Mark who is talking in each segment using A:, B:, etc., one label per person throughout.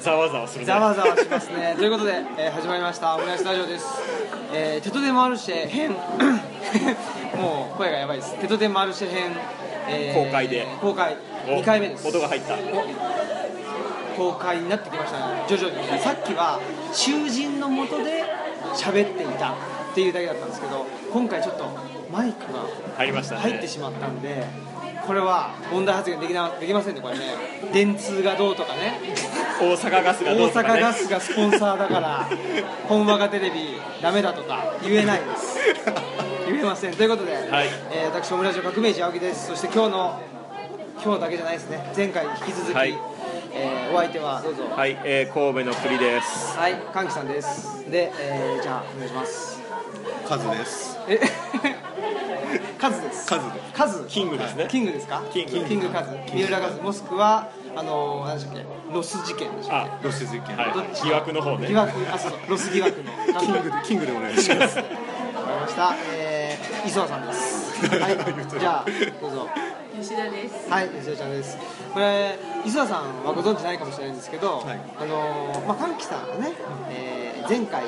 A: ざわざわするね
B: ざわざわします ねということで、えー始まりましたオムライスラジオです、えー、テトデマルシェ 編もう声がやばいですテトデマルシェ編、え
A: 公開で
B: 公開
A: お
B: 2回目です
A: 音が入った
B: 公開になってきましたね徐々にさっきは囚人のもとで喋っていたっていうだけだったんですけど今回ちょっとマイクが
A: 入りましたね
B: 入ってしまったんでこれは問題発言できなできませんねこれね電通がどうとかね
A: 大阪ガスがど
B: 大
A: うとか、
B: 阪
A: ね、
B: ガスがスポンサーだ から本場がテレビダメだとか言えない です言えませんということで、
A: はい
B: えー私オムラジオ革命児青木ですそして今日の今日だけじゃないですね前回に引き続き、
A: はい
B: えーお相手はどうぞは
A: はい、えー、神戸の栗です
B: い歓喜さんですで、えーじゃあお願いします
C: カズです。
B: え カズです
C: カズで
B: カズ
A: キングですね
B: キングですか
A: キング
B: キングカズ三浦カズもしくはあのー、何でしたっけロス事件でしたっ
A: あ
C: ロシズキン。
A: はい
B: どっち
A: 疑惑の方
B: け
A: ね
B: 疑惑あそうそうロス疑惑の
C: キングでキングでお願いします。
B: わかりました。えー、磯田さんです。 はい、じゃあ、どうぞ。
D: 吉田です。
B: はい、磯田ちゃんです。これ、磯田さんはご存知ないかもしれないんですけど、
C: はい
B: あのー、まあ、歓喜さんがね、えー、前回。あ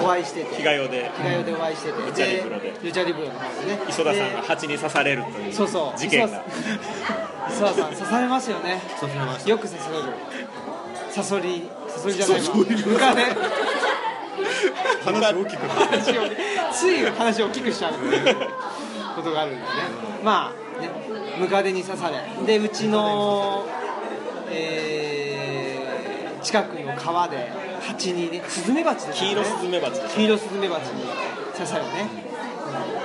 B: の、お会いしてて。
A: 被害をで
B: 着替えでお会いしてて。
A: ルチャリブロで
B: ルチャリブロの方でね。
A: 磯田さんが
B: で。
A: 蜂に刺されるという
B: そうそう。
A: 事件が
B: 磯田さん。磯田 さん、刺されますよね。
C: そうしました。
B: よく刺される。サソリ、サソリじゃないわ。ムカデ。
C: 話大きくなる。
B: 話をつい話を大きくしちゃうっていうことがあるんでねまあねムカデに刺されでうちの、えー近くの川で蜂にねスズメバチです
A: 黄
B: よ
A: 色
B: ね
A: スズメバチでし
B: 黄色スズメバチに刺されね、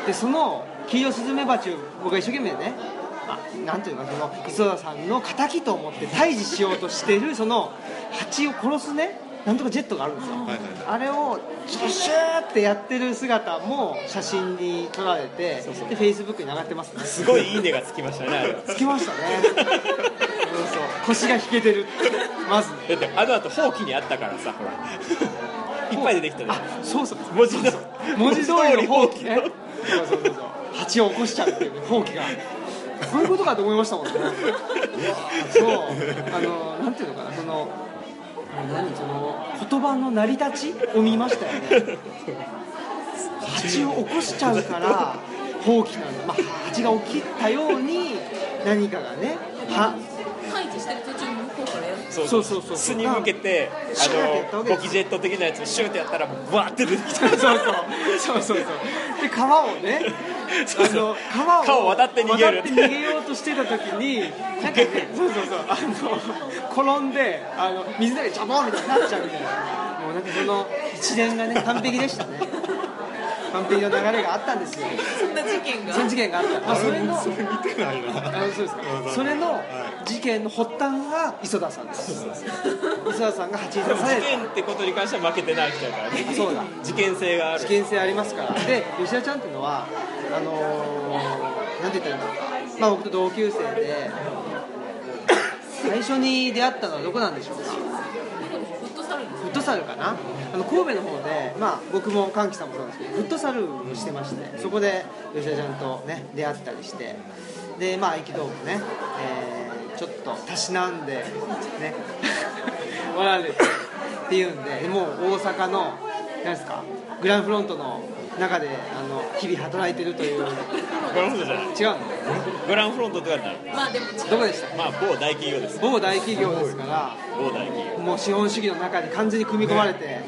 B: でその黄色スズメバチを僕が一生懸命ねあなんていうのかその磯田さんの敵と思って退治しようとしてるその蜂を殺すねなんとかジェットがあるんですよ、
C: はいはい
B: あれをシュシューってやってる姿も写真に撮られてでフェイスブックに上がってます ね
A: たすごいいいねがつきましたねあれは
B: つきましたね そうそう腰が引けてるまずね
A: だってあの後ほうきにあったからさほら いっぱい出てきたね
B: あそうそう
A: 文字の
B: 文字通りの放棄ね
A: 文字通り
B: そうそうそうそう蜂を起こしちゃうっていうね放棄がそういうことかと思いましたもんねそうあのなんていうのかなその何その言葉の成り立ちを見ましたよね蜂を起こしちゃうから放棄なんだ、まあ、蜂が起きたように何かがねは
D: 配置してる途中に向こうからやる。
A: そう
B: そうそうそう
A: 巣に向けて
B: シューってやった
A: あの
B: わけで
A: ゴ
B: す
A: キジェット的なやつをシューってやったらもうブワーって出てきた
B: そうそうそうそうそうで川をね
A: そうそう
B: あの川を
A: 川を渡って逃げる
B: 渡って逃げようとしてた時になんかねそうそうそうあの転んであの水の中でジャボンみたいになっちゃうみたいなもうなんかその一連がね完璧でしたね完璧な流れがあったんですよ
D: そんな事件が。
B: その事件があった、まあ、それの
C: それ見てない
B: あ
C: な。
B: のそうですかそれの事件の発端が磯田さんです磯田さんが蜂に
A: で
B: 刺
A: も
B: され
A: 事
B: た
A: 件ってことに関しては負けてない人やからね
B: そうだ
A: 事件性がある
B: 危険性ありますからで吉田ちゃんっていうのはあのー、なんて言ったらいいんだろうまあ僕と同級生で最初に出会ったのはどこなんでしょうか
D: フットサルです。
B: フットサルかなあの神戸の方で、まあ、僕も歓喜さんもそうなんですけどフットサルをしてましてそこで吉田ちゃんとね出会ったりしてでまあ合気道もね、えーちょっとたしなんでね 笑われてっていうんででもう大阪の何ですかグランフロントの中であの日々働いてるという違う
A: グランフロントじゃない
B: んだよね
A: グランフロントとかじゃない
D: まあでも違う。
B: どこでしたっけ
A: まあ某大企業です
B: 某大企業ですから
A: 某大企業
B: もう資本主義の中に完全に組み込まれて、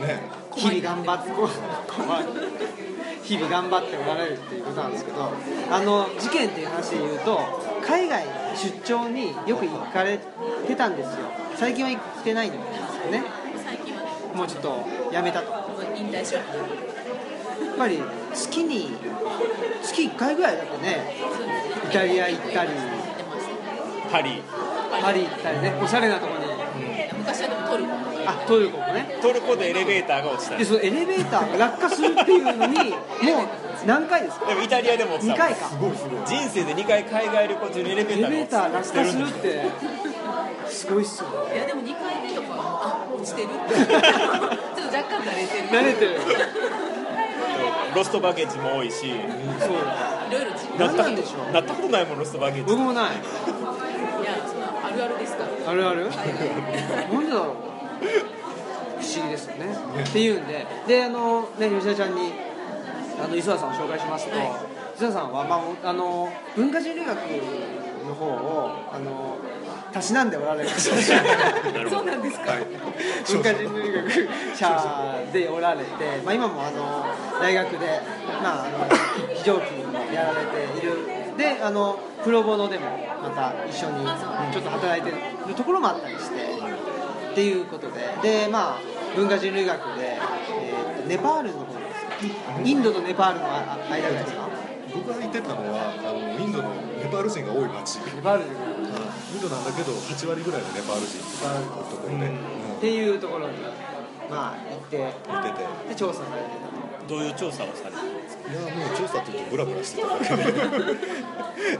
B: 日々頑張ってこ怖い日々頑張っておられるっていうことなんですけどあの事件っていう話で言うと海外出張によく行かれてたんですよ最近は行ってないんですよね
D: 最近はね、
B: もうちょっとやめたとや
D: もう引退しよう。
B: っぱり月に月1回ぐらいだってねイタリア行ったり
D: 出ましたね。
A: パリ
B: パリ行ったりねおしゃれなとこに
D: 昔はでもトルコの。
B: あトルコもね
A: トルコでエレベーターが落ちた
B: で
A: で
B: そのエレベーターが落下するっていうのにもう何回ですか
A: もイタリアでも落ちた
B: 2回か
C: すごいすごい。
A: 人生で2回海外旅行中にエレベ
B: エ
A: ー
B: レ
A: タ
B: ベ
A: ー
B: ーター
A: が落
B: 落
A: ち
B: 下す
A: て
B: る
A: る
B: ってすごいっすよね
D: いやでも二回目とかあ落 ちてる。ちょっと若干慣れてる。
B: 慣れてる
A: ロストバゲージも多いし
B: そう
D: いろいろ自分
B: 何なんでしょう
A: なったことないもんロストバゲージ
B: 僕もない
D: いややそんなあるあるですか
B: あるある
D: はい
B: なんでだろう不思議ですよねっていうんでであのね吉田ちゃんにあの磯田さんを紹介しますと、
D: はい
B: 磯田さんは、まあ、あの文化人類学の方をあのたしなんでおられる
A: なるほ
D: そう
A: ど
D: なんですか、
C: はい
B: 文化人類学者でおられて、まあ、今もあの大学で、まあ、あの非常勤もやられているであのプロボノでもまた一緒にちょっと働いてるところもあったりしてっていうことでで、まあ、文化人類学で、えーとネパールの方なんですよインドとネパールのあ間ぐらいですか
C: 僕が行ってたのはあのインドのネパール人が多い 町
B: ネパールで
C: インドなんだけど8割ぐらいのネパール人のところで、うん
B: っていうところに、まあ、行って
C: 行ってて
B: で調査されて
A: どういう調査をされてるんです
C: いやもう調査ちょっとブラブラしてただけで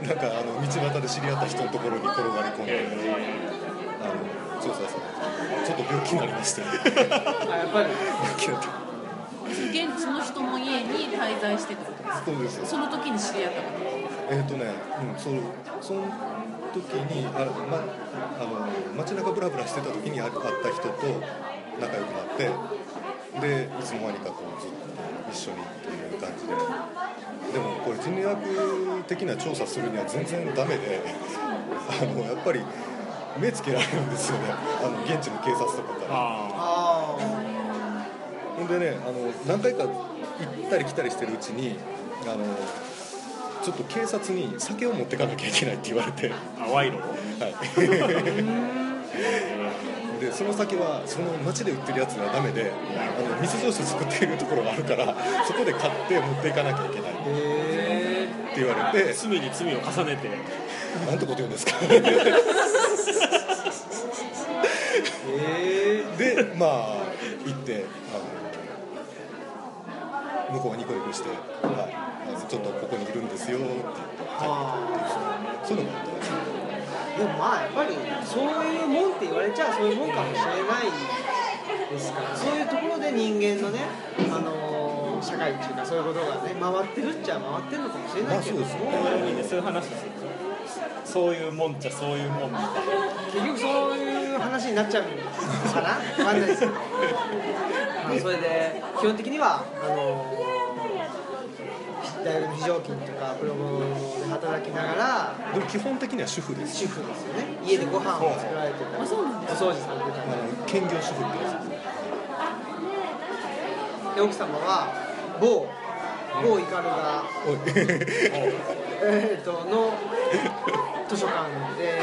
C: なんかあの道端で知り合った人のところに転がり込んであの調査されてちょっと病気になりま したよ
B: たあやっぱり
C: 病気だった
D: 現その人の家に滞在してってことですか
C: そうです
D: その時に知り合ったこ
C: えっ、とね、うん、そうその時にあ、ま、あの街中ブラブラしてた時に会った人と仲良くなってでいつの間にかこうずっと一緒にっていう感じででもこれ人類学的な調査するには全然ダメであのやっぱり目つけられるんですよねあの現地の警察とかから。
A: あ
B: ああ
C: ほんでねあの何回か行ったり来たりしてるうちにあのちょっと警察に酒を持ってかなきゃいけないって言われて、は
A: あ賄賂
C: い、でその酒はその街で売ってるやつがダメであの密造酒作っているところがあるからそこで買って持っていかなきゃいけないって
B: へえ
C: 言われて
A: 罪に罪を重ねて
C: なんてこと言うんですか
B: ええ
C: でまあ行ってあの向こうはニコニコして、はい、あのちょっとここにいるんですよって言ってそういうのもあったらしい
B: でもまあやっぱりそういうもんって言われちゃそういうもんかもしれないですからそういうところで人間のね、あのー社会っていうかそういうことがね回ってるっちゃ回ってるのかもしれないけど、
C: まあそうです
A: いいねそういう話ですよそういうもんじゃそういうもんみたい
B: 結局そういう話になっちゃうのかなわかんないですけどまあそれで基本的にはあのー大学の非常勤とかプロボで働きながら
C: でも基本的には主婦です。
B: 主婦ですよね家でご飯を作られてたりお
D: あそうなんで
B: 掃除されて
C: あ
B: たり
C: の兼業主婦です。
B: で奥様は某某イカルが、
C: おい、
B: えー、との図書館で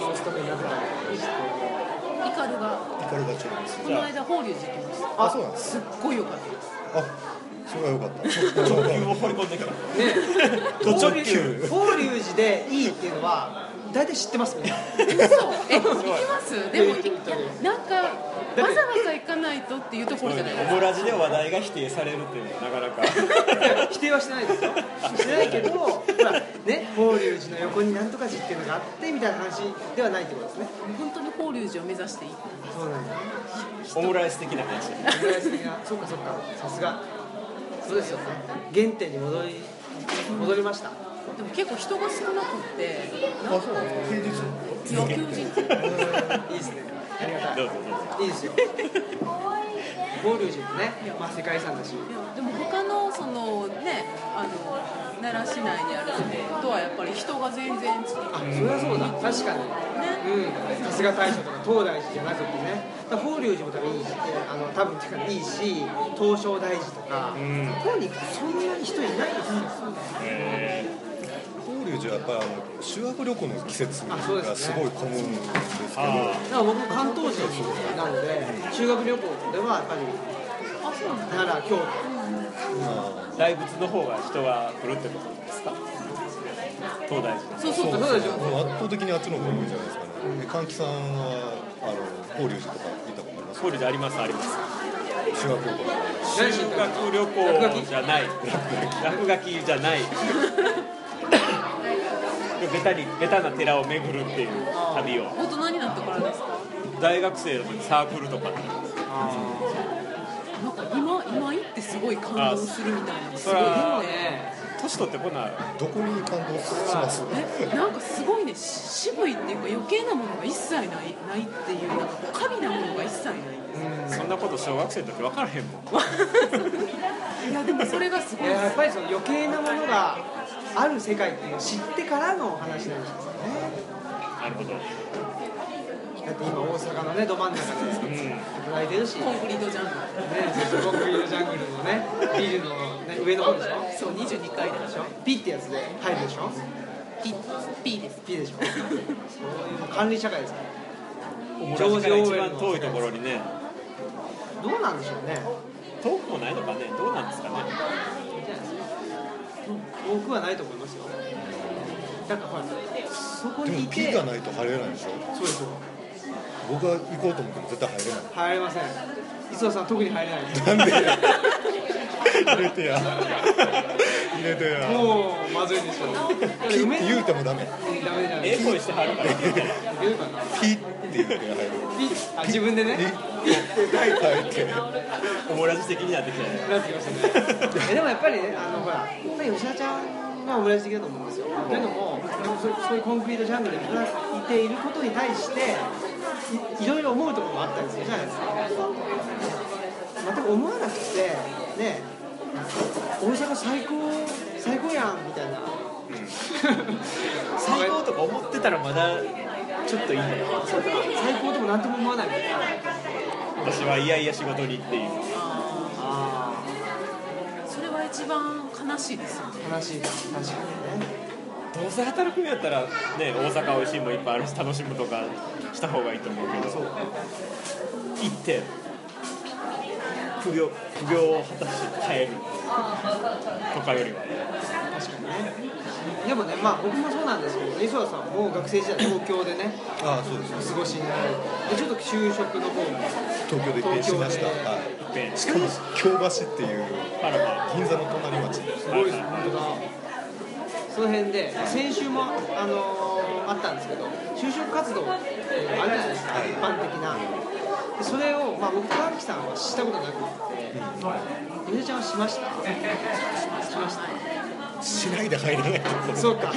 B: お勤めになってたりして
D: とイカルが
C: イカルダチョウです。
D: この間法隆寺行きました
C: あ、そうなんです。
D: すっごい良かったです
C: あ、それは良かった。
A: な直球を放り込んできた
B: ね
A: ド直球
B: え法隆寺でいいっていうのは大体知ってますみんな
D: そうえ行きますでも
B: いや行ったよ
D: なんかわざわざ行かないとっていうところじゃないです
A: オ
D: か
A: ムラジで話題が否定されるっていうのはなかなか
B: 否定はしてないですよしてないけどほらね法隆寺の横になんとか寺っていうのがあってみたいな話ではないってことですね
D: 本当に法隆寺を目指していい
B: そうなんだ
A: オムライス的な話
B: 小林的なそうかそうかさすがそうですよね原点に戻り戻りました
D: でも結構人が少なくって
C: あ、そうなんです。平
D: 野球
C: 日。
D: 人
B: いいですねありがたい
A: どうぞどうぞ
B: いいですよ。法隆寺もね、まあ世界遺産だし。
D: いやでも他のそのねあの奈良市内にあるのとはやっぱり人が全然違う
B: あ、それはそうだ。確かに。
D: ね
B: うん。さすが大社とか東大寺じゃなくてね。だから法隆寺も多分いいし、あの多分っていうかいいし、東照大寺とか、ここに行くとそんなに人いないですよ。
A: へ
C: 法隆寺はやっぱりあの修学旅行の季節がすごい混むんですけど、
A: あ
B: だから僕も関東人なので、修学旅行ではやっぱり
D: あそうなんだ
B: 奈良京都。
A: ー大仏の方が人が来るってことですか東大寺
D: そうそう
B: そ
D: そうう
B: だよ
C: もう圧倒的にあっちの方が多いじゃないですかね。で、関木さんはあの法隆寺とか行ったことあります
A: 法？隆寺ありますあります
C: 修学旅行とか。
B: 何しに
A: 修
B: 行ったの
A: 学旅行じゃない落書きじゃないベタにベタな寺を巡るっていう旅を
D: 大人になってからですか
A: 大学生の時サークルとかで
D: なんか今今行ってすごい感動するみたいなのすごい
A: あ
B: でも
D: ね
B: ね、
A: 年取ってこない
C: どこに感動します
D: えなんかすごいねし渋いっていうか余計なものが一切ないないっていうなんかこう華美なものが一切ない
A: そんなこと小学生の時分からへんもん
D: いやでもそれがすご
B: い
D: いで
B: ややっ
D: す
B: ぱりその余計なものがある世界っていうのを知ってからの話なんですよね
A: なるほど、う
B: だって今大阪のねど真ん中で
A: ん、
B: 働いてるし、ね
D: コ、ンクリートジャング
B: ずっとコンクリートジャングルのねビルの、ね、上の方でしょ
D: ルそう22階でしょ
B: ピってやつで入るでしょ
D: P, P です
B: ピでしょそういう管理社会ですから
A: ジョージ・オーウェルの一番遠いところにね
B: どうなんでしょうね
A: 遠くもないのかねどうなんですかね
B: 多くはないと思いますよだからほらそこ
C: で
B: にい
C: も
B: て
C: P がないと入れないでしょ
B: そうですよ
C: 僕が行こうと思っても絶対入れない
B: 入れません磯田さん特に入れないです
C: なんでや入れてや入れてや
B: もうまずいでしょ
C: ピ
B: う
C: って言うてもダメ
B: ダメじゃない
A: ええ声してはるから
B: 言うかな
C: ピって言って
B: ピ
C: 入る
B: あ自分でね
C: ピって入って
A: オモラジ的になってきたね
B: なってきましたねえでもやっぱりねあのほらやっぱり吉田ちゃんがオムライス的だと思うんですよというのもそうそういうコンクリートジャングルで働いていることに対していいろいろ思うところもあったりするじゃないですか全く思わなくてね大阪最高最高やんみたいな、
A: 最高とか思ってたらまだちょっといいんだよ
B: 最高でも何とも思わないみたいな
A: 私はいやいや仕事にっていう
D: あ
B: あ
D: ーそれは一番悲しいですよね
B: あ悲しいな確かにね
A: どうせ働くんやったらね大阪美味しいもんいっぱいあるし楽しむとかした方がいいと思うけど行って苦行苦行を果たして帰るとかよりは
B: 確かにねでもねまあ僕もそうなんですけど磯田さんも学生時代東京でね
C: ああそうですね
B: 過ごしになられてでちょっと就職の方も
C: 東京で一変しましたはい
A: いっぺん
C: しかも京橋っていう
A: パラパ
C: 銀座の隣町
B: すごいです本当だその辺で先週も、あのーあったんですけど就職活動っていうのあるじゃないですか一般的なでそれを、まあ、僕と荒木さんはしたことなくってゆでちゃんはしましたしました
C: しないで入れないところ
B: そうか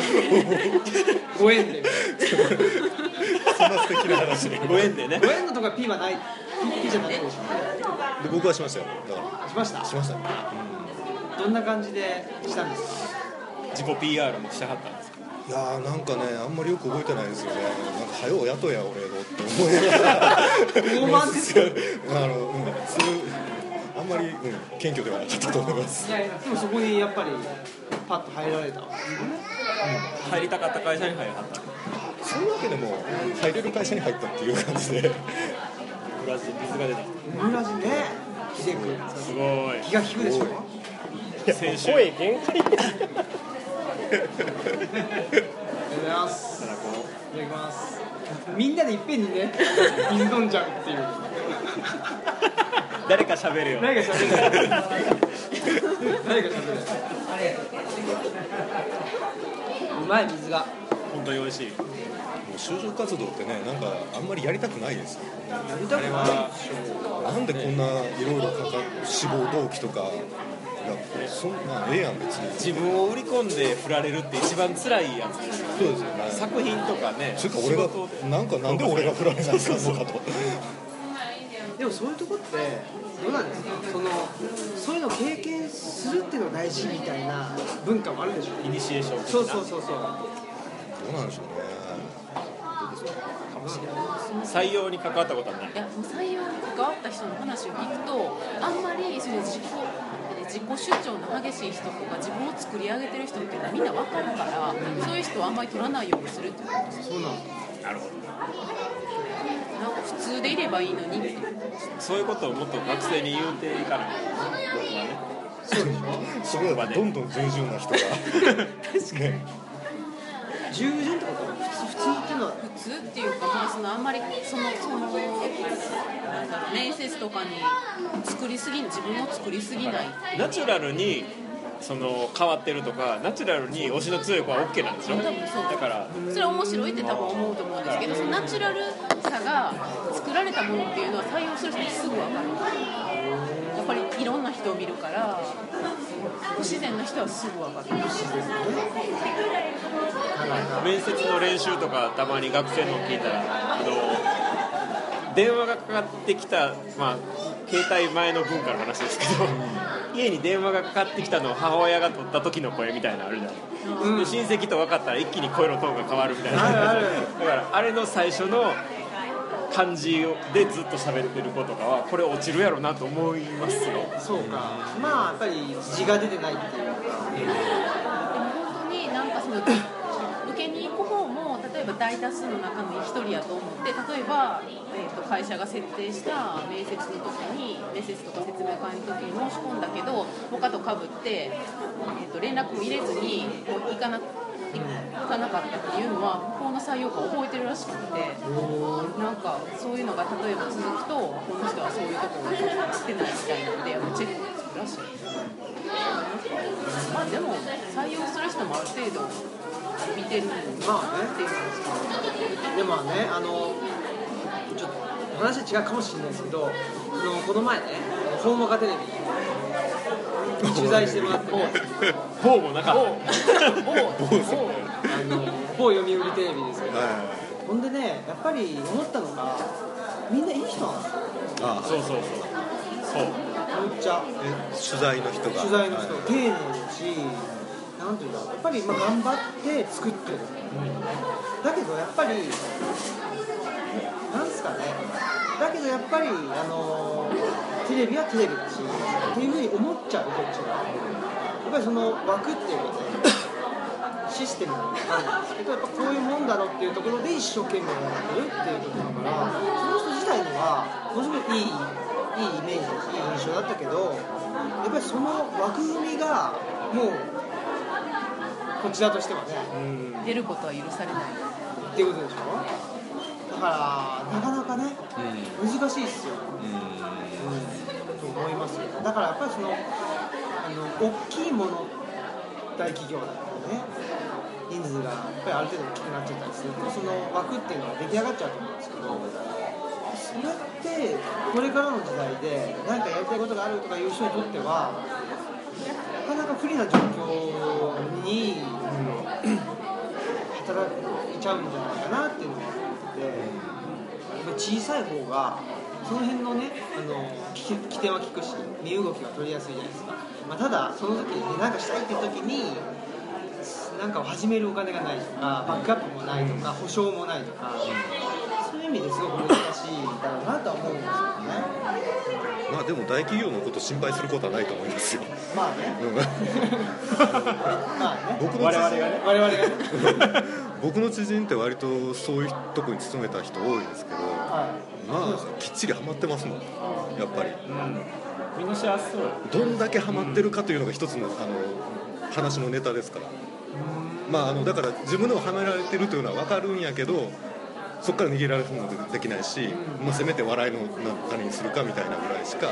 B: ご縁で
C: そんな素敵な話で
A: ンご縁でね
B: ご縁のとこは P はない P, P じゃないでしょ
C: 僕はしましたよだか
B: しました
C: らしましたね
B: どんな感じでしたんですか
A: 自己 PR もしてはったんです
C: いやーなんかねあんまりよく覚えてないですよねなんか「はよう雇えや俺の」って思いながら
B: 傲慢ですよ
C: あの、うん、そういうあんまり、うん、謙虚ではなかったと思います
B: いやいやでもそこにやっぱりパッと入られた
A: 入りたかった会社に入りはった
C: そういうわけでも入れる会社に入ったっていう感じで
A: ブラジル水が出てき
B: オムラジね秀君
A: たすごい
B: 気が利くでしょ
C: すご
A: 先週
E: 声限界
B: ありがとうございます
A: ただこ
B: い
A: う
B: ただきますみんなでいっぺんにね 水飲んじゃうっていう
A: 誰か喋るよ
B: 誰が喋る誰が喋るうまい水が
A: 本当に美味しい
C: もう就職活動ってねなんかあんまりやりたくないですよ
B: やりたくない
C: なんでこんないろいろかか志望動機とかがそんなええやん別に
A: 自分を売り込んで振られるって一番辛いやつですよ
C: そうですよね
A: 作品とかね
C: それか俺が
A: 仕事
C: なんかなんで俺が振られなあかんのかと
B: でもそういうとこってどうなんですかそのそういうのを経験するっていうのが大事みたいな文化もあるでしょ
A: イニシエーション的な
B: そうそうそうそう
C: どうなんでしょうねどうですか
B: かもしれない
A: 採用に関わったことはない
D: いやもう採用に関わった人の話を聞くとあんまりその自己自己主張の激しい人とか自分を作り上げてる人っていうのはみんな分かるから、そういう人はあんまり取らないようにするっていうのなんか
B: そうなの
A: なるほど
D: 普通でいればいいのにって
A: そういうことをもっと学生に言うていかない僕はね
C: そこだとどんどん従順な人が確かに、ね、
B: 従順ってこと普通普通っていうのは
D: 普通っていうか、まあ、そのあんまりそのそのなんだろう面接とかに作りすぎ自分を作りすぎない
A: ナチュラルにその変わってるとかナチュラルに推しの強い子は OK なんでしょ
D: 多分そう
A: だから
D: それは面白いって多分思うと思うんですけどそのナチュラルさが作られたものっていうのは採用する人にすぐ分かるやっぱりいろんな人を見るから不自然な人はすぐ分かる
A: 面接の練習とかたまに学生の聞いたらあの電話がかかってきた、まあ、携帯前の文化の話ですけど家に電話がかかってきたのを母親が取った時の声みたいなのあるじゃない
B: うん
A: で親戚と分かったら一気に声のトーンが変わるみたい
B: ある
A: な
B: ある
A: だからあれの最初の感じをでずっと喋ってる子とかはこれ落ちるやろなと思いますよ
B: そうかまあやっぱり字が出てないっていう
D: でも本当になんかその受けに行く方も例えば大多数の中の一人やと思って例えば、えー、と会社が設定した面接の時に面接とか説明会の時に申し込んだけど他とかぶって、えー、と連絡も入れずにこう行かな行かなかったっていうのは向こうの採用官覚えてるらしくてなんかそういうのが例えば続くとこの人はそういうところに来てないみたいなのでやっぱチェックがつくらしい。まあでも採用する人もある程度見てるま
B: まあね
D: っていう感じ
B: でもねあのちょっと話は違うかもしれないですけどあのこの前ね「ほんわかテレビ」取材してもらってね
A: ほうもなかっ
D: 某某
B: あの某読売テレビですけど
C: は
B: ほんでねやっぱり思ったのがみんないい人なんですよ
C: いあ
A: たそうそうそうそう
B: めっちゃ
C: え取材の人が
B: 取材の人
C: はい
B: 丁寧だしなんていうんだろうやっぱりまあ頑張って作ってる、だけどやっぱりなんですかねだけどやっぱりあのテレビはテレビだしっていうふうに思っちゃうこっちがやっぱりその枠っていうかねシステムなんですけどやっぱこういうもんだろうっていうところで一生懸命やってるっていうところだからその人自体にはものすごくいいいいイメージだしいい印象だったけどやっぱりその枠組みがもうこちらとしてはね
D: 出ることは許されない
B: っていうことでしょだからなかなかね難しいっすよ、うん、と思いますよだからやっぱりそのあの大きいもの大企業だったりね人数がやっぱりある程度大きくなっちゃったりするとその枠っていうのが出来上がっちゃうと思うんですけどそれってこれからの時代で何かやりたいことがあるとかいう人にとってはなかなか不利な状況に働いちゃうんじゃないかなっていうのを思ってて、やっぱ小さい方がその辺のねあのき起点は効くし身動きが取りやすいじゃないですか、まあ、ただその時に何かしたいって時になんかを始めるお金がないとかバックアップもないとか保証もないとか、そういう意味ですごく難しいだろうなとは思うんですけどね
C: まあでも大企業のこと心配することはないと思いますよ、
B: まあね
C: うん
B: まあね
C: 僕の知人
A: 我々がね
B: 我々がね、
C: 僕の知人って割とそういうとこに勤めた人多いですけどま
B: は
C: あきっちりハマってますもんやっぱり
A: みんな幸せそうよ
C: どんだけハマってるかというのが一つのあの話のネタですからまああのだから自分でもハマられてるというのは分かるんやけどそこから逃げられるのもできないし、まあ、せめて笑いの何にするかみたいなぐらいしか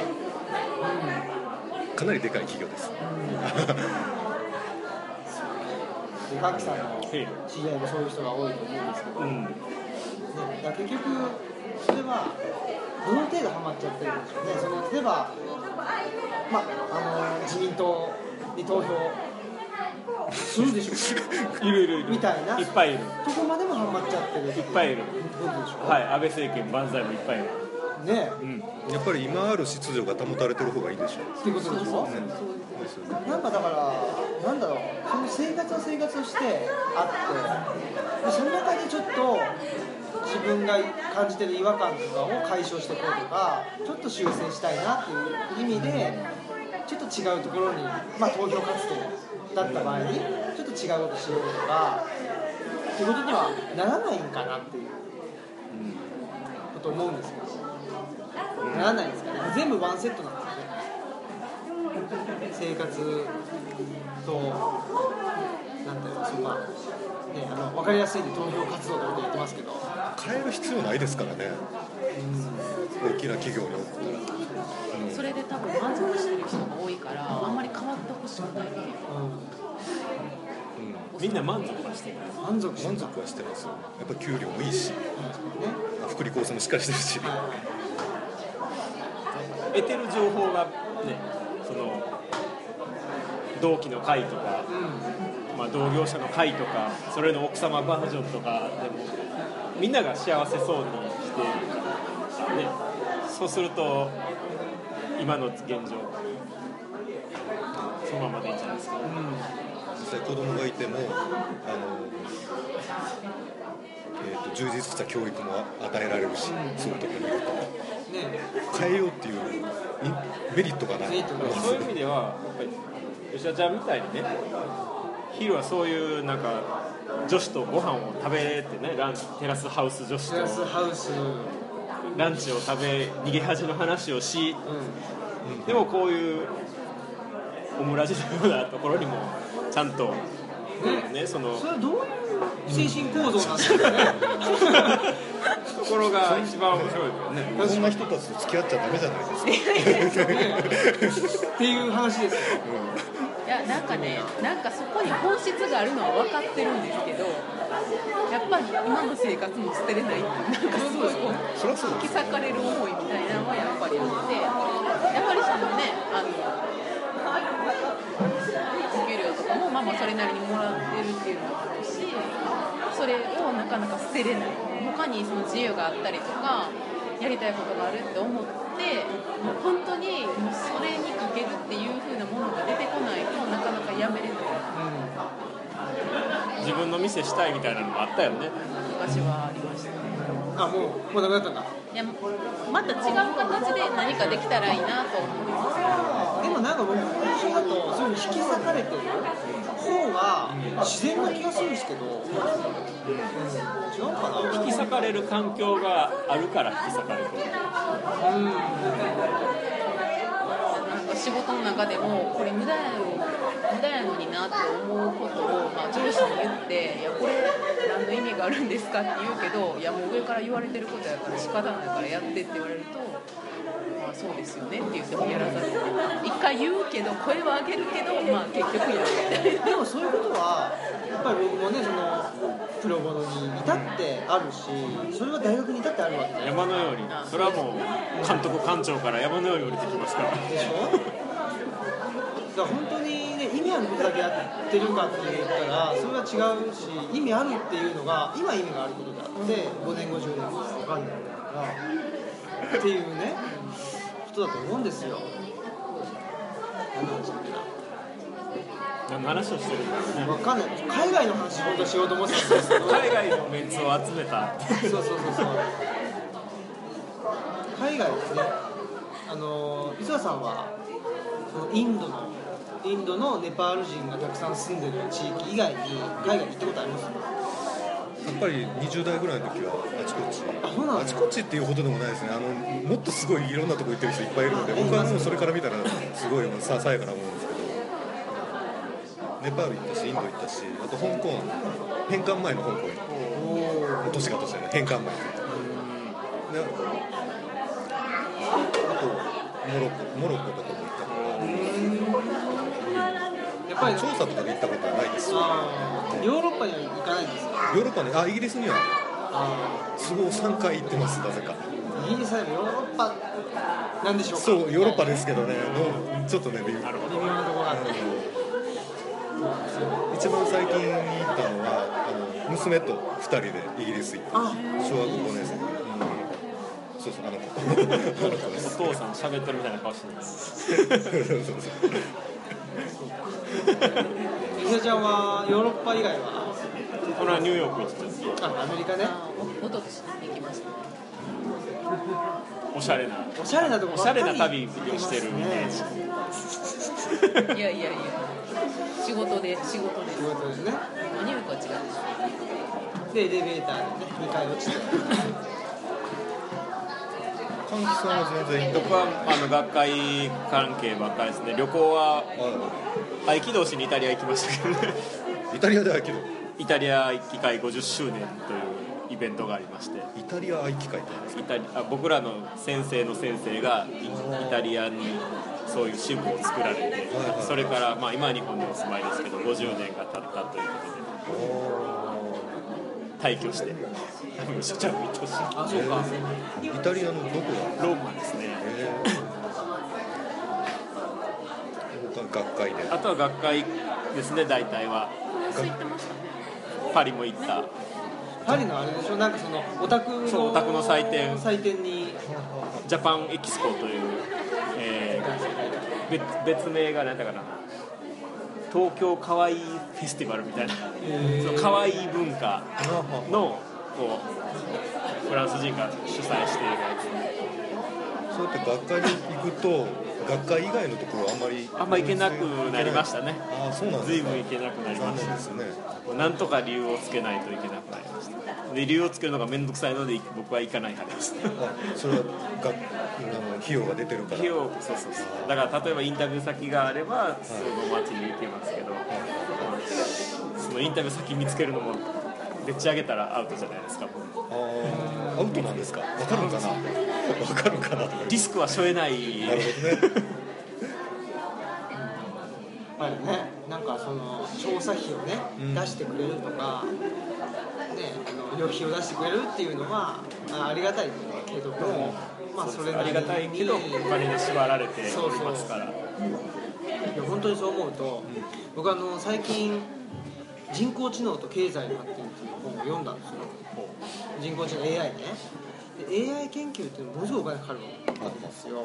C: かなりでかい企業です
B: い、でガクさんの
A: え
B: 知り合いもそういう人が多いと思うんですけど
A: えうん
B: ね、だから結局それはどの程度ハマっちゃってるんでしょうねその例えば、まあ、あの自民党に投票するでし ょ
A: いるいるいる
B: みたいない
A: っぱいいる
B: どこまでもハマっちゃってるって
A: い
B: い
A: っ
B: う
A: ぱいいる
B: ことでしょ、
A: はい安倍政権万歳もいっぱいいる
B: ね
A: うん
C: やっぱり今ある秩序が保たれてる方がいいでしょう
B: っていうことでしょ
C: ですよね
B: なんかだからなんだろうその生活は生活としてあってでその中でちょっと自分が感じてる違和感とかを解消していこうとかちょっと修正したいなっていう意味でちょっと違うところに、まあ、投票活動だった場合にちょっと違うことしようとかっていうことにはならないんかなっていうこと思うんですけど、ならないですかね全部ワンセットなんですよね生活となんていうのそのまあね、あの分かりやすいんで投票活動とかやってますけど
C: 変える必要ないですからね大きな企業に送ったら
D: それで多分満足してる人が多いからあんまり変わってほしくないっていう
A: みんな満足はしてる
B: 満足し
C: 満足はしてますよやっぱ給料もいいしあ福利厚生もしっかりしてるし
A: 得てる情報がねその同期の会とか、まあ、同業者の会とかそれの奥様バージョンとかでもみんなが幸せそうにして、ね、そうすると今の現状そのままでいいんじゃないですか、
C: 実際子供がいてもあの、えー、と充実した教育も与えられるしそういうところにいる
B: ね
C: と変えようっていうにメリットがない
B: メリットがない
A: そういう意味ではやっぱり吉田ちゃんみたいにねヒルはそういうなんか女子とご飯を食べてねランテラスハウス女子
B: テラス
A: と
B: ハウス、うん、
A: ランチを食べ逃げ恥の話をしでもこういうオムラジのようなところにもちゃんとねその
B: それはどういう精神構造なんですかね、
A: ところが一番面白いよね
C: そんな人たちと付き合っちゃダメじゃないですか
B: っていう話ですよ
D: いやなんかねなんかそこに本質があるのは分かってるんですけどやっぱり今の生活も捨てれないっていうなんかすごいこう
C: そりゃそう
D: 引き
C: ですよ
D: 裂かれる思いみたいなのはやっぱりあってやっぱりそのねあのお給料とかもまあまあそれなりにもらってるっていうのもあるしそれをなかなか捨てれない他にその自由があったりとかやりたいことがあるって思ってもう本当にもうそれにかけるっていう風なものが出てこないとなかなかやめれない
A: 自分の店したいみたいなのもあったよね
D: 昔はありましたね
B: あもうもうダメだったんだ
D: いやまた違う形で何かできたらいいなと思います
B: でもなんか僕の印象だとそういうの引き裂かれてる方が自然な気がするんですけど、うん、違うかな
A: 引き裂かれる環境があるから引き裂かれてる
D: なんか仕事の中でもこれ無駄やの無駄やのになって思うことを、まあ、上司に言って「いやこれ何の意味があるんですか?」って言うけど「いやもう上から言われてることやから仕方ないからやって」って言われると「まあそうですよね」って言ってもやらざるを得ない一回言うけど声は上げるけど、まあ、結局やるみたいな。
B: でもそういうことはやっぱり僕もねそのプロボノに至ってあるしそれは大学に至ってあるわけで
A: 山のようにそれはもう監督官庁から山のように降りてきますか
B: し
A: ら
B: ょだから本当にね意味あることだけやってるかって言ったらそれは違うし意味あるっていうのが今意味があることであって5年後10年後は分かんないからっていうねことだと思うんですよ何の話だっけな
A: 何の話をしてるんだろうね
B: わかんない海外の話本当はしようと思ってたんですけど
A: 海外のメンツを集めた
B: そうそうそうそう海外ですねあの磯田さんはそのインドのインドのネパール人がたくさん住んでる地域以外に海外に行ったことあります
C: やっぱり20代ぐらいの時はあちこち
B: あそうなん
C: あ
B: で
C: ち
B: す
C: こちっていうほどでもないですねあのもっとすごいいろんなとこ行ってる人いっぱいいるので僕はもうそれから見たらすごいささやかなもんですけどネパール行ったしインド行ったしあと香港返還前の香港行った
B: おおー
C: 年が年じゃない返還前に行ったであとモロッコモロッコとかも行ったことある
B: やっぱり
C: 調査とかで行ったことはないですよ
B: あーヨーロッパには行かないんですよ
C: ヨーロッパねあイギリスには
B: あ
C: 都合3回行ってますなぜか
B: ーイギリスはヨーロッパなんでしょうか
C: そうヨーロッパですけどね、のちょっとね微
B: 微
C: 妙
B: 妙なところがあって
C: 一番最近に行ったのはあの娘と2人でイギリス行った
B: あ
C: 小学5年生の時、うんそうそうあの子あの子で
A: お
C: す
A: 父さん喋ってるみたいな顔してます
C: そうそうそう
B: 磯田ちゃんはヨーロッパ以外は
A: このはニューヨーク行ってた
B: あアメリカね
D: あおおととしに行きました
A: おしゃれな
B: おしゃれなとこ
A: お
B: ばっ
A: し
B: か
A: ゃ
B: り
A: れな旅をしてるイメージ
B: 行ってますね
D: いやいやいや仕事で仕事で
B: ということですね
D: ニューヨークは違うでし
B: でエレベーターでね2階落ちて
C: 柑樹さんは全然行ったこ
A: 僕はあの学会関係ばっかりですね旅行は
C: とない
A: 合気道しにイタリア行きましたけどね
C: あイタリアではけど
A: イタリア機会50周年というイベントがありまして
C: イタリア愛機会ってあるんです
A: イタリあ僕らの先生の先生がイイタリアにそういう支部を作られて
C: はい
A: それから、まあ、今は日本にお住まいですけど50年が経ったということ
C: か
A: で退去して多分所長も行ってほしい
B: あそうか
C: イタリアのどこが
A: ローマですね
C: えー、他学会で
A: あとは学会ですね大体は
D: フランス行ってましたね
A: パリも行った
B: パリのあれでしょなんかそのオタクの
A: そうオタクの祭典
B: 祭典に
A: ジャパンエキスポという、えー別別名が何だかな東京かわいいフェスティバルみたいなそのかわいい文化のこうフランス人が主催しているや
C: そうやって学会に行くと学会以外のところはあんまり
A: つあんま行けなくなりましたね
C: ああそうなんで
A: 随
C: すか
A: 分行けなくなりま
C: 残
A: し
C: 念
A: た
C: ですね
A: なんとか理由をつけないといけなくなりましたで理由をつけるのが面倒くさいので僕は行かない派です
C: あそれはがあの費用が出てるから
A: 費用そうそうそうだから例えばインタビュー先があればその町に行けますけど、そのインタビュー先見つけるのもでっち上げたらアウトじゃないですかもう
C: あーアウトなんですかわかるのかなわかる かなとか
A: リスクは背負えない
C: なるほどね
B: まあね、なんかその調査費をね、
C: うん
B: 出してくれるとか、ね、あの旅費を出してくれるっていうのはあありがたいけども、まあそれな
A: あ
B: り
A: り
B: に
A: がたいけどお金に縛られておりますから
B: いや本当にそう思うと、僕あの最近人工知能と経済の発展っていう本を読んだんですよ人工知能 AI ねで AI 研究っていうのはものすごいお金かかるわけですよ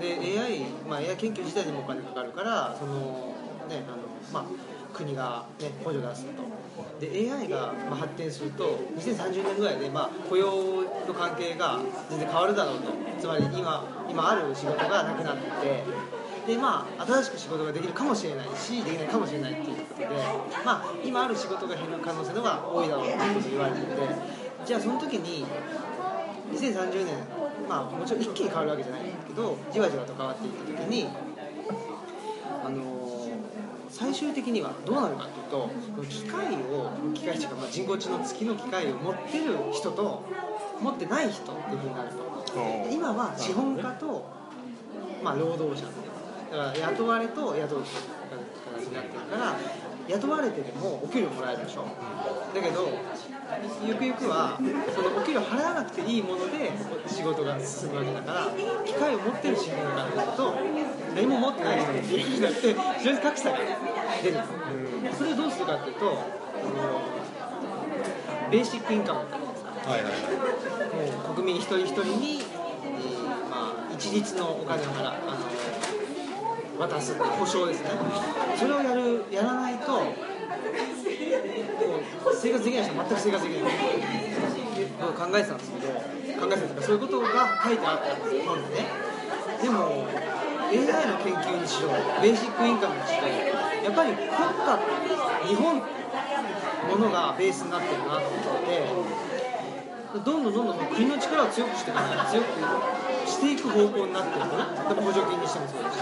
B: で AI,、まあ、AI 研究自体にもお金かかるからそのねあのまあ国が、ね、補助出すとで AI がまあ発展すると2030年ぐらいで、まあ、雇用の関係が全然変わるだろうとつまり今今ある仕事がなくなってでまあ新しく仕事ができるかもしれないしできないかもしれないっていうことで、まあ、今ある仕事が減る可能性の方が多いだろうっていうことを言われててじゃあその時に2030年まあもちろん一気に変わるわけじゃないんですけどじわじわと変わっていった時にあのー最終的にはどうなるかというとこの機械を機械というか、まあ、人工知能付きの機械を持ってる人と持ってない人っていうふうになると
A: おう
B: 今は資本家と、まあ、労働者だから雇われと雇うって形になってるから雇われてでもお給料もらえるでしょだけどゆくゆくはそのお給料払わなくていいもので仕事が進むわけだから機械を持ってる人からすると何も持ってない人っていうふうになって非常に格差が出るそれをどうするかっていうとあのベーシックインカムっていうのさ
C: はいはいは
B: もう国民一人一人に、えーまあ、一律のお金を払うあの渡す保証ですねそれをやるやらないともう生活できない人は全く生活できない僕は考えてたんですけど考えてたというかそういうことが書いてあったんです本でねでも AI の研究にしろベーシックインカムにしろやっぱり国家日本ものがベースになってるなと思ってどんどんどんどん国の力を強くしていかない強くしていく方向になってるかなでも補助金にしてもそうだし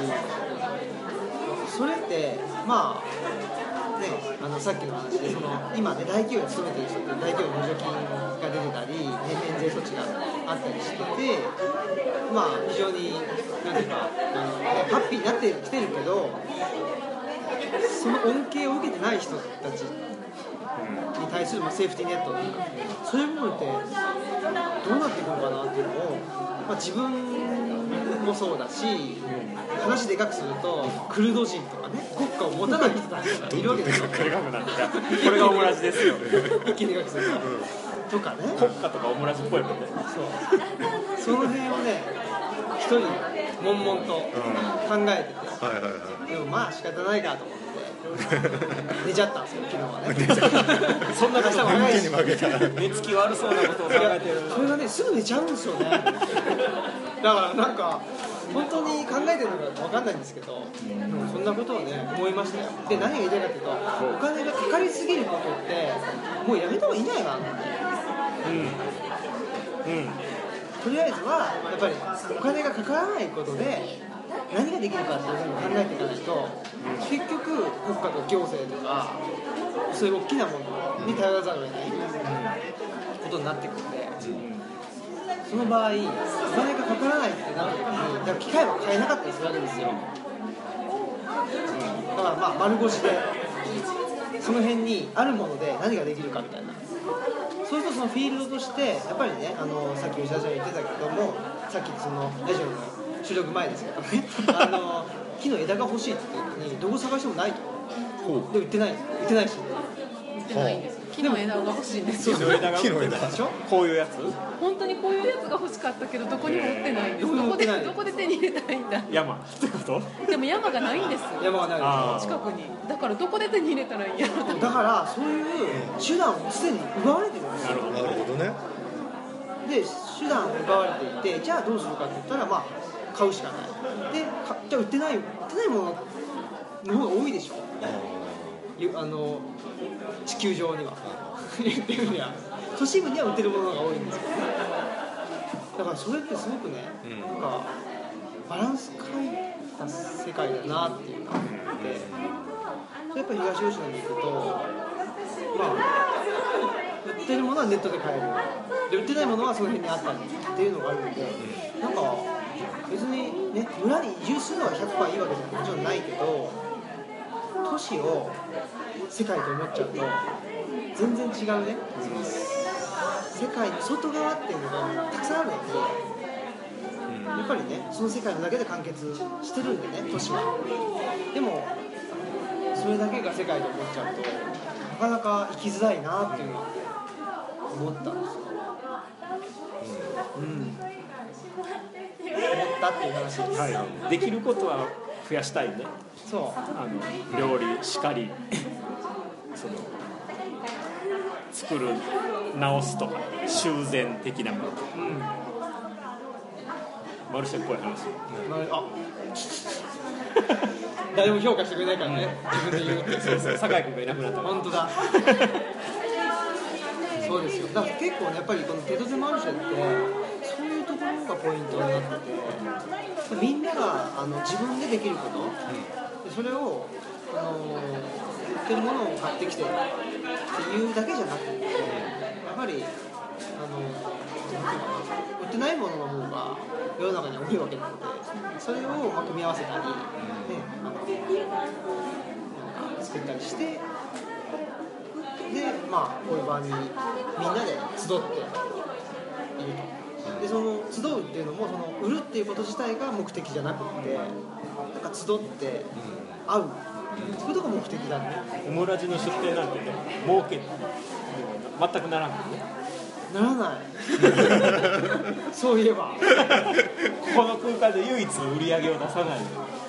B: それってまあねあのさっきの話でその今ね大企業に勤めてる人って大企業の補助金が出てたり年々税措置があったりしててまあ非常に何ていうかあの、ね、ハッピーになってきてるけどその恩恵を受けてない人たちに対するまあセーフティーネットとかそういうものってどうなっていくのかなっていうのを、まあ、自分もそうだし話でかくするとクルド人とかね国家を持たない人たちがいるわけですよ
A: これがもうなんかこれがオムラジですよ
B: 一気にでかくするとかね
A: 国家とかオムラジっぽいもんね
B: そうその辺をね一人悶々と考えてて。
C: いはいはい
B: でもまあ仕方ないかと思って寝ちゃったんですよ昨日はね
A: そんなこと
B: 明日も
C: は
B: 早い
C: い天気
B: し
C: に負けたら
A: 目つき悪そうなことを考えてる
B: それがねすぐ寝ちゃうんですよねだからなんか本当に考えてるのかわかんないんですけどそんなことをね思いましたよで何が言いたいかというとお金がかかりすぎることってもうやめた方がいいんじゃないかなって
A: うんうん
B: とりあえずはやっぱりお金がかからないことで何ができるかっていうのを考えていかないと結局国家と行政とかそういう大きなものに頼らざるを得ないことになってくるので、その場合、お金がかからないってなるときに、だから機械は買えなかったりするわけですよ。だからまあ丸腰でその辺にあるもので何ができるかみたいなそうするとそのフィールドとしてやっぱりねあのさっき吉田さんが言ってたけどもさっきそのラジオの収録前ですけどねあの木の枝が欲しいって言った時にどこ探してもないとで売ってない売ってないし
D: 売ってないんです木の枝が欲しいんですよ
A: 木の枝が
C: 木の枝
B: でしょ
A: こういうやつ
D: 本当にこういうやつが欲しかったけどどこにも売ってないんです
B: へーどこに
D: どこで
B: も売ってない
D: どこで手に入れたらいいんだ
A: 山ってこと
D: でも山がないんです
B: 山がないでしょ
A: あ
D: 近くにだからどこで手に入れたらいいんやろう
B: だからそういう手段をすでに奪われてるんですよ
A: なるほ
C: なるほどね
B: で手段を奪われていてじゃあどうするかって言ったらまあ買うしかないでかじゃあ売ってない売ってないものの方が多いでしょゆあの地球上には言ってみりゃ都市部には売ってるものが多いんですよねだからそれってすごくね、
C: うん
B: なんかバランス変えた世界だなっていうか、でそれやっぱ東吉野に行くとまあ売ってるものはネットで買えるで売ってないものはその辺にあったりっていうのがあるので、なんか別にね村に移住するのは100%いいわけじゃもちろんないけど都市を世界と思っちゃうと全然違うねその世界の外側っていうのがたくさんあるのでやっぱりねその世界の中で完結してるんでね都市はでもそれだけが世界と思っちゃうとなかなか生きづらいなっていうのは思ったんですよ、うん思ったっていう話です、
A: ど、はい、できることは増やしたいね
B: そう
A: あの料理しかりその作る直すとか修繕的なもの
B: うん
A: マルシェっぽい話
B: なあ誰も評価してくれないからね、自分で言うって
A: そうそう酒井君がいなくなった
B: 本当だそうですよだから結構ねやっぱりこの「テトゼマルシェ」ってそういうところがポイントになっててみんながあの自分でできること、でそれをあの売ってるものを買ってきてっていうだけじゃなくて、やっぱりあのなんていうの売ってないものの方が世の中には多いわけなのでそれをまあ組み合わせたり、ねあのなんか作ったりして。でまあこういう場にみんなで集っているとでその集うっていうのもその売るっていうこと自体が目的じゃなくってなんか集って会うそういうとこが目的だね
A: オムラジの出店なんてね儲けには全くならんもんね
B: ならないそういえば
A: この空間で唯一売り上げを出さない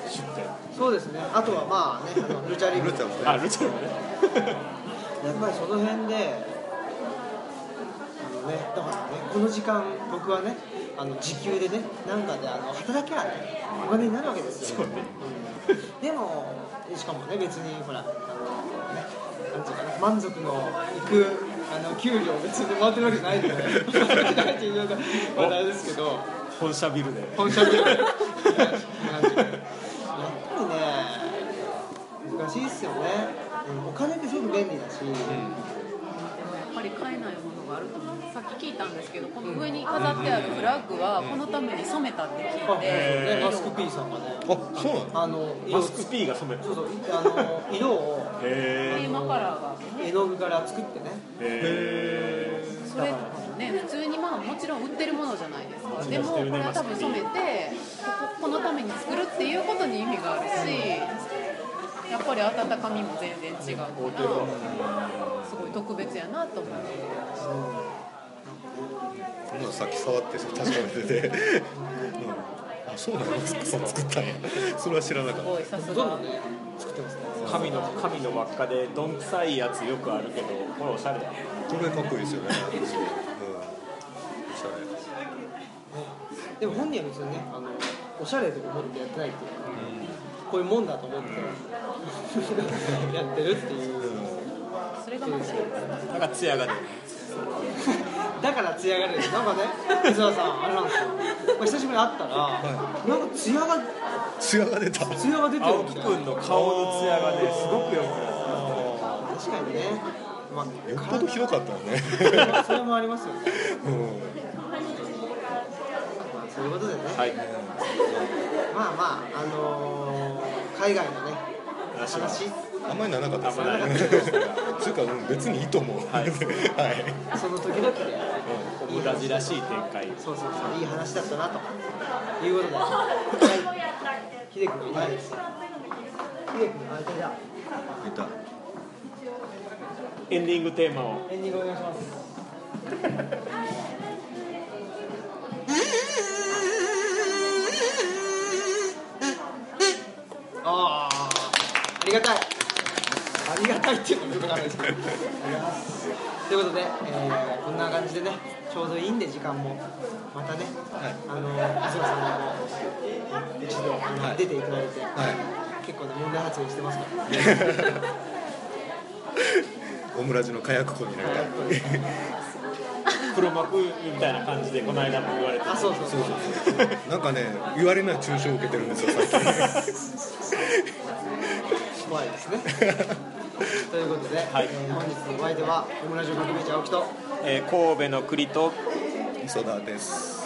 A: 出店
B: そうですねあとはまあねあのルチャリブ
C: ルチャもね
A: あルチャもね
B: やっぱりその辺であのねだからねこの時間僕はねあの時給でねなんかであの働きゃねお金になるわけですよ、うんでもしかもね別にほらあのねなんていうかな満足のいくあの給料別に回ってるわけじゃないので なんていうのがまああれですけど
A: 本社ビルで
B: 本社でやっぱりね難しいっすよね、うんお金ってすごく便利だし、
D: やっぱり買えないものがあると思うさっき聞いたんですけどこの上に飾ってあるフラッグはこのために染めたって聞
B: あ
D: いて
B: ね
D: 色
B: マ
D: を
B: スク P さんがね
C: あそうなの
B: あの色
A: マ
B: を
A: スク P が染めた
B: そうそうあの色を
D: テ
A: へ
D: ーマカラーが
B: 絵の具から作ってね
A: えへえ
D: それね普通にまあもちろん売ってるものじゃないですかでもこれは多分染めてこここのために作るっていうことに意味があるしやっぱり温かみも全然違うからすごい特別やなと思って
C: こんなのさっき触ってさ確かめて て、うん、あそうなのそう作ったんやそれは知らなか
D: す
C: っ
D: ごいさ
B: ほ
D: す
B: とんど
D: が
B: ね作ってますね
A: 神の神の輪っかでどんくさいやつよくあるけどこれおしゃれだね
C: たこれかっこいいですよねうんおしゃ
B: でも本人は別にねあのおしゃれとか思ってやってないっていうか、こういうもんだと思ってやってるっていう
D: それがまたいいですね
A: なんか艶が出る
B: だから艶が出るなんかね水原さんあれなんですよこれ久しぶりに会ったら、なんか艶が
C: れ艶が出た
B: 艶が出てる
A: 青
B: み
A: 木
B: たい
A: くんの顔の艶がねすごくよくなる
B: な確かにねまあ
C: よっぽどひどかったよね
B: それもありますよね
C: うん
B: まあそういうことでね、
A: はい
B: まあまああのー海外のね
A: 話は
B: 話
C: あんまりならなかった
A: あんまりな
C: で
A: ら
C: す
A: なか
C: ね
A: ったですが。
C: つうか、うん、別にいいと思う。
A: はい
C: はい
B: その時々で
A: オムラジらしい展開
B: そうそうそういい話だったなという ことで、はい、秀君いかがですか秀君あいたいた
C: いた。
A: エンディングテーマを
B: エンディングお願いしますああありがたいありがたいっていうのもよくわかんないですけどということで、えーこんな感じでねちょうどいいんで時間もまたね、
C: はい
B: あの磯野さんにも一度、あの
C: はい
B: 出ていただいて、
C: は
B: 結構な問題発言してますから
C: オムラジの火薬庫になりたい。
A: 黒幕みたいな感じでこの間も言われて
B: あそうそうそ
C: そううそうそう。なんかね、言われない中傷を受けてるんですよ、最近。
B: 怖いですね ということで、
A: はい
B: えー本日のお相手はオムラジオ革命者青木とは
A: えー神戸の栗と
C: 磯田です。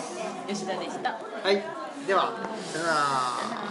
D: 吉田でした
B: いではさよなら